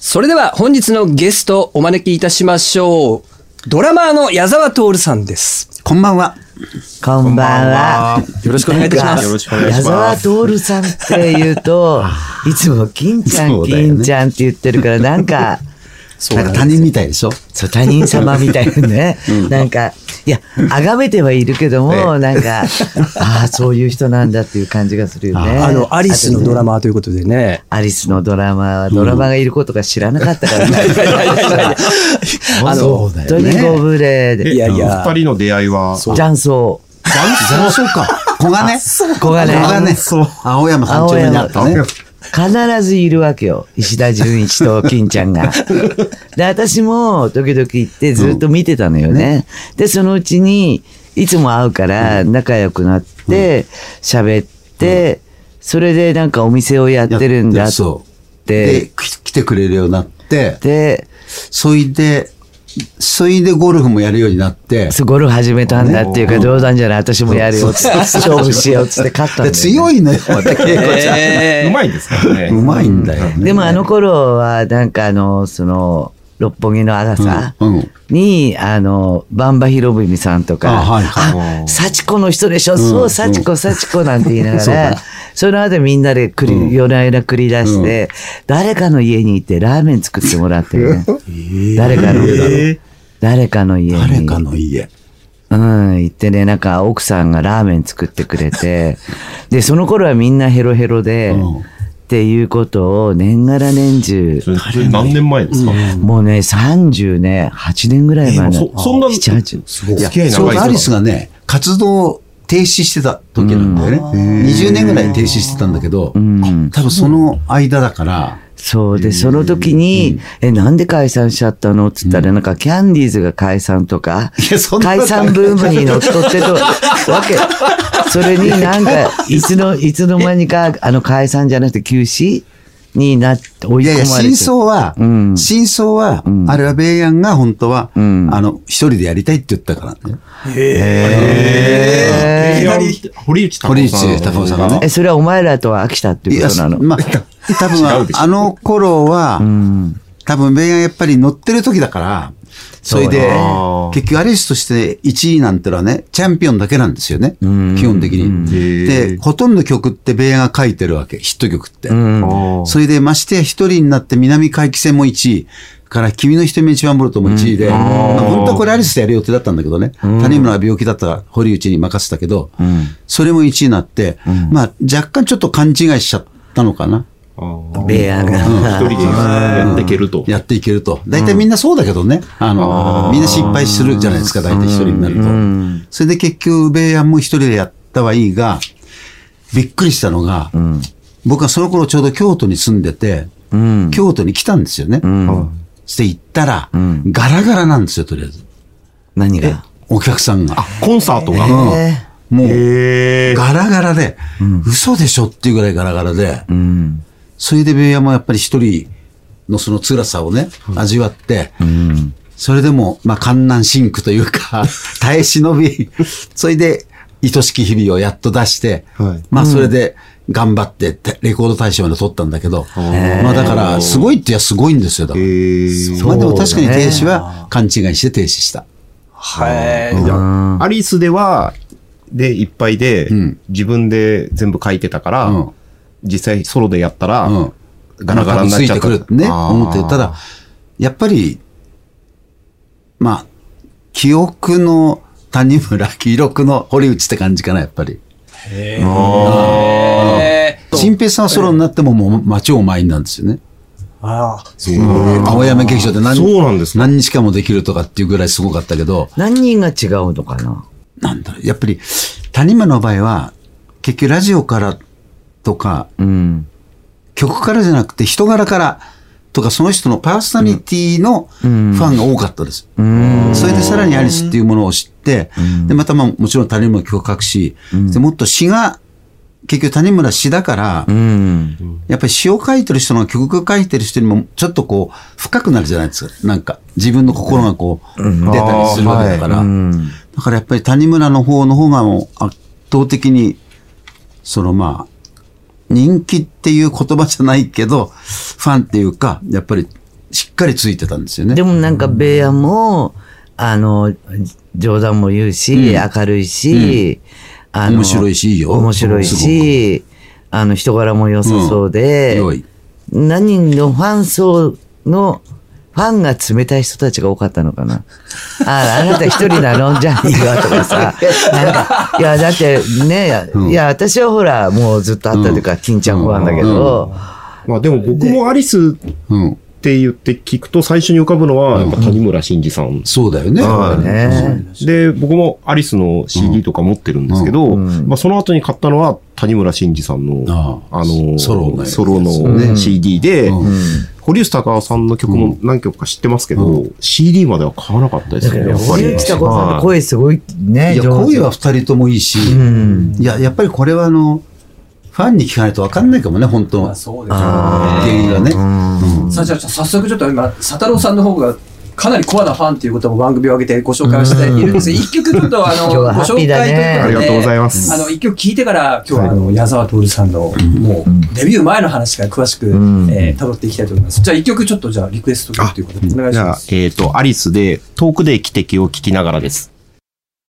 それでは本日のゲストお招きいたしましょう。ドラマーの矢沢徹さんです。こんばんは。こんばんは。よろしくお願いいたします。よろしくお願いし矢ます沢徹さんって言うと、いつも金ちゃん、そうだよね金ちゃんって言ってるから、なんか、なんか他人みたいでしょそう、他人様みたいなね。なんか、いや、崇めてはいるけども、なんか、ああ、そういう人なんだっていう感じがするよね。あの、アリスのドラマーということでね。アリスのドラマは、ドラマがいることが知らなかったからね。あの、本当にご無礼で。いやいやお二人の出会いは、雀荘。雀荘か。小金小金小金そう青山山青頂にあ山ったね。必ずいるわけよ。石田純一と金ちゃ んが。で、私も時々行ってずっと見てたのよね。で、そのうちに、いつも会うから仲良くなって、喋って、それでなんかお店をやってるんだやっそう。でて、、き来てくれるようになって、で、そいで、そいでゴルフもやるようになって、そうゴルフ始めたんだっていうか冗談じゃない、私もやるよっつって、勝負しようっつって勝ったんだでよ強ねいのよ、また恵子ちゃうまいですからね。 ん。うまいんだよね。でもあの頃はなんかあのその六本木のアガサうんうんに、あのバンバヒロブミさんとか「あはいはあ幸子の人でしょ、そう幸子幸子」なんて言いながら、その後みんなで繰り、夜な夜な繰り出して、誰かの家に行ってラーメン作ってもらってね、誰かの誰かの家に誰かの家。うん、行ってね、なんか奥さんがラーメン作ってくれて、で、その頃はみんなヘロヘロで、うんっていうことを年がら年中、それそれ何年前ですか、もうね、38ね、8年ぐらい前の、そそんな7、8。お付き合いちょ長ういどアリですスかがね、活動を停止してた時なんだよね。20年ぐらい停止してたんだけど、多分その間だから、そうで、その時に、え、なんで解散しちゃったのって言ったら、なんかキャンディーズが解散とかいやそ、んな解散ブームに乗っ取ってと、わけ。それになんか、いつの、いつの間にか、あの解散じゃなくて休止になって、追いい込やまいれや、て。真相は、ん真相は、あれはベイヤンが本当は、んあの、一人でやりたいって言ったからね。えーいきなり堀内堀内さん孝雄さんがねえ、。それはお前らとは飽きたっていうことなの。まあ、多分違うでしょあの頃は、多分ベイヤンやっぱり乗ってる時だから、それそうでね、結局アリスとして1位なんてのはね、チャンピオンだけなんですよね。基本的に。へで、ほとんど曲ってベイヤンが書いてるわけ、ヒット曲って。それで、ましてや一人になって南海岸戦も1位。から、君の瞳の一番ボルトも1位で、まあ本当はこれアリスでやる予定だったんだけどね、谷村は病気だったから堀内に任せたけど、それも1位になって、まあ若干ちょっと勘違いしちゃったのかな。ベアが。一人でやっていけると。やっていけると。大体みんなそうだけどね。あの、みんな失敗するじゃないですか、大体一人になると。それで結局、ベイヤンも一人でやったはいいが、びっくりしたのが、僕はその頃ちょうど京都に住んでて、京都に来たんですよね。して行ったら、ガラガラなんですよ、とりあえず。何がお客さんが。コンサートが。うんもう、へーガラガラで、嘘でしょっていうぐらいガラガラで、それでベイヤもやっぱり一人のその辛さをね、味わって、それでも、まあ、観南深苦という か、耐え忍び、それで、愛しき日々をやっと出して、はいまあ、それで、頑張ってって、レコード大賞まで取ったんだけど、まあ、だから、すごいっていや、すごいんですよ、だから。まあ、でも確かに停止は勘違いして停止した。はい。じゃあアリスでは、で、いっぱいで、自分で全部書いてたから、うん実際ソロでやったら、うんガラガラになっついちゃてった。くるね、あー思って。ただ、やっぱり、まあ、記憶の谷村、記憶の堀内って感じかな、やっぱり。え新平さんはソロになってももう町を満員なんですよね。ーあー青山劇場で何そうなんですか何日かもできるとかっていうぐらいすごかったけど、何人が違うのかななんだろう、やっぱり谷村の場合は、結局ラジオからとか、うん。曲からじゃなくて人柄からとかその人のパーソナリティのファンが多かったです。それでさらにアリスっていうものを知って、で、またまあもちろん谷村も曲を書くし、でもっと詩が、結局谷村詩だから、うん。やっぱり詩を書いてる人の曲書いてる人にもちょっとこう深くなるじゃないですか。なんか自分の心がこう出たりするわけだから。だからやっぱり谷村の方の方がもう圧倒的に、そのまあ、人気っていう言葉じゃないけど、ファンっていうか、やっぱりしっかりついてたんですよね。でもなんか、ベアも、あの、冗談も言うし、うん明るいし、あの、面白いしいいよ面白いし、あの、人柄も良さそうで、良い何のファン層の、ファンが冷たい人たちが多かったのかな。ああ、なた一人なのじゃあいいわとかさ。なんか、いや、だってね、いや、私はほら、もうずっと会ったというか、金ちゃんファンだけど、まあでも僕もアリスうん。って言って聞くと最初に浮かぶのは、やっぱ谷村新司さん。そうだよね。はいね。で、僕もアリスの CD とか持ってるんですけど、まあその後に買ったのは谷村新司さんの、あああの、ソロのやつソロのね CD で、うん堀内隆雄さんの曲も何曲か知ってますけど、CD までは買わなかったですね、やっぱり。堀内孝子さんのはい声すごいね、いや、上手恋は二人ともいいし、んいや、やっぱりこれはあの、ファンに聞かないと分かんないかもね、本当のそうです原因がね。さあじゃあ早速ちょっと今佐太郎さんの方がかなりコアなファンということも番組を挙げてご紹介をしているんですが一曲ちょっとあの今日はごハッ紹介ピーだねありがとうございますあの一曲聴いてから今日はあの矢沢徹さんのもうデビュー前の話から詳しくえー辿っていきたいと思いますじゃあ一曲ちょっとじゃあリクエスト曲ということでお願いしじゃまあす、えっ、と、アリスで、遠くで汽笛を聞きながらです。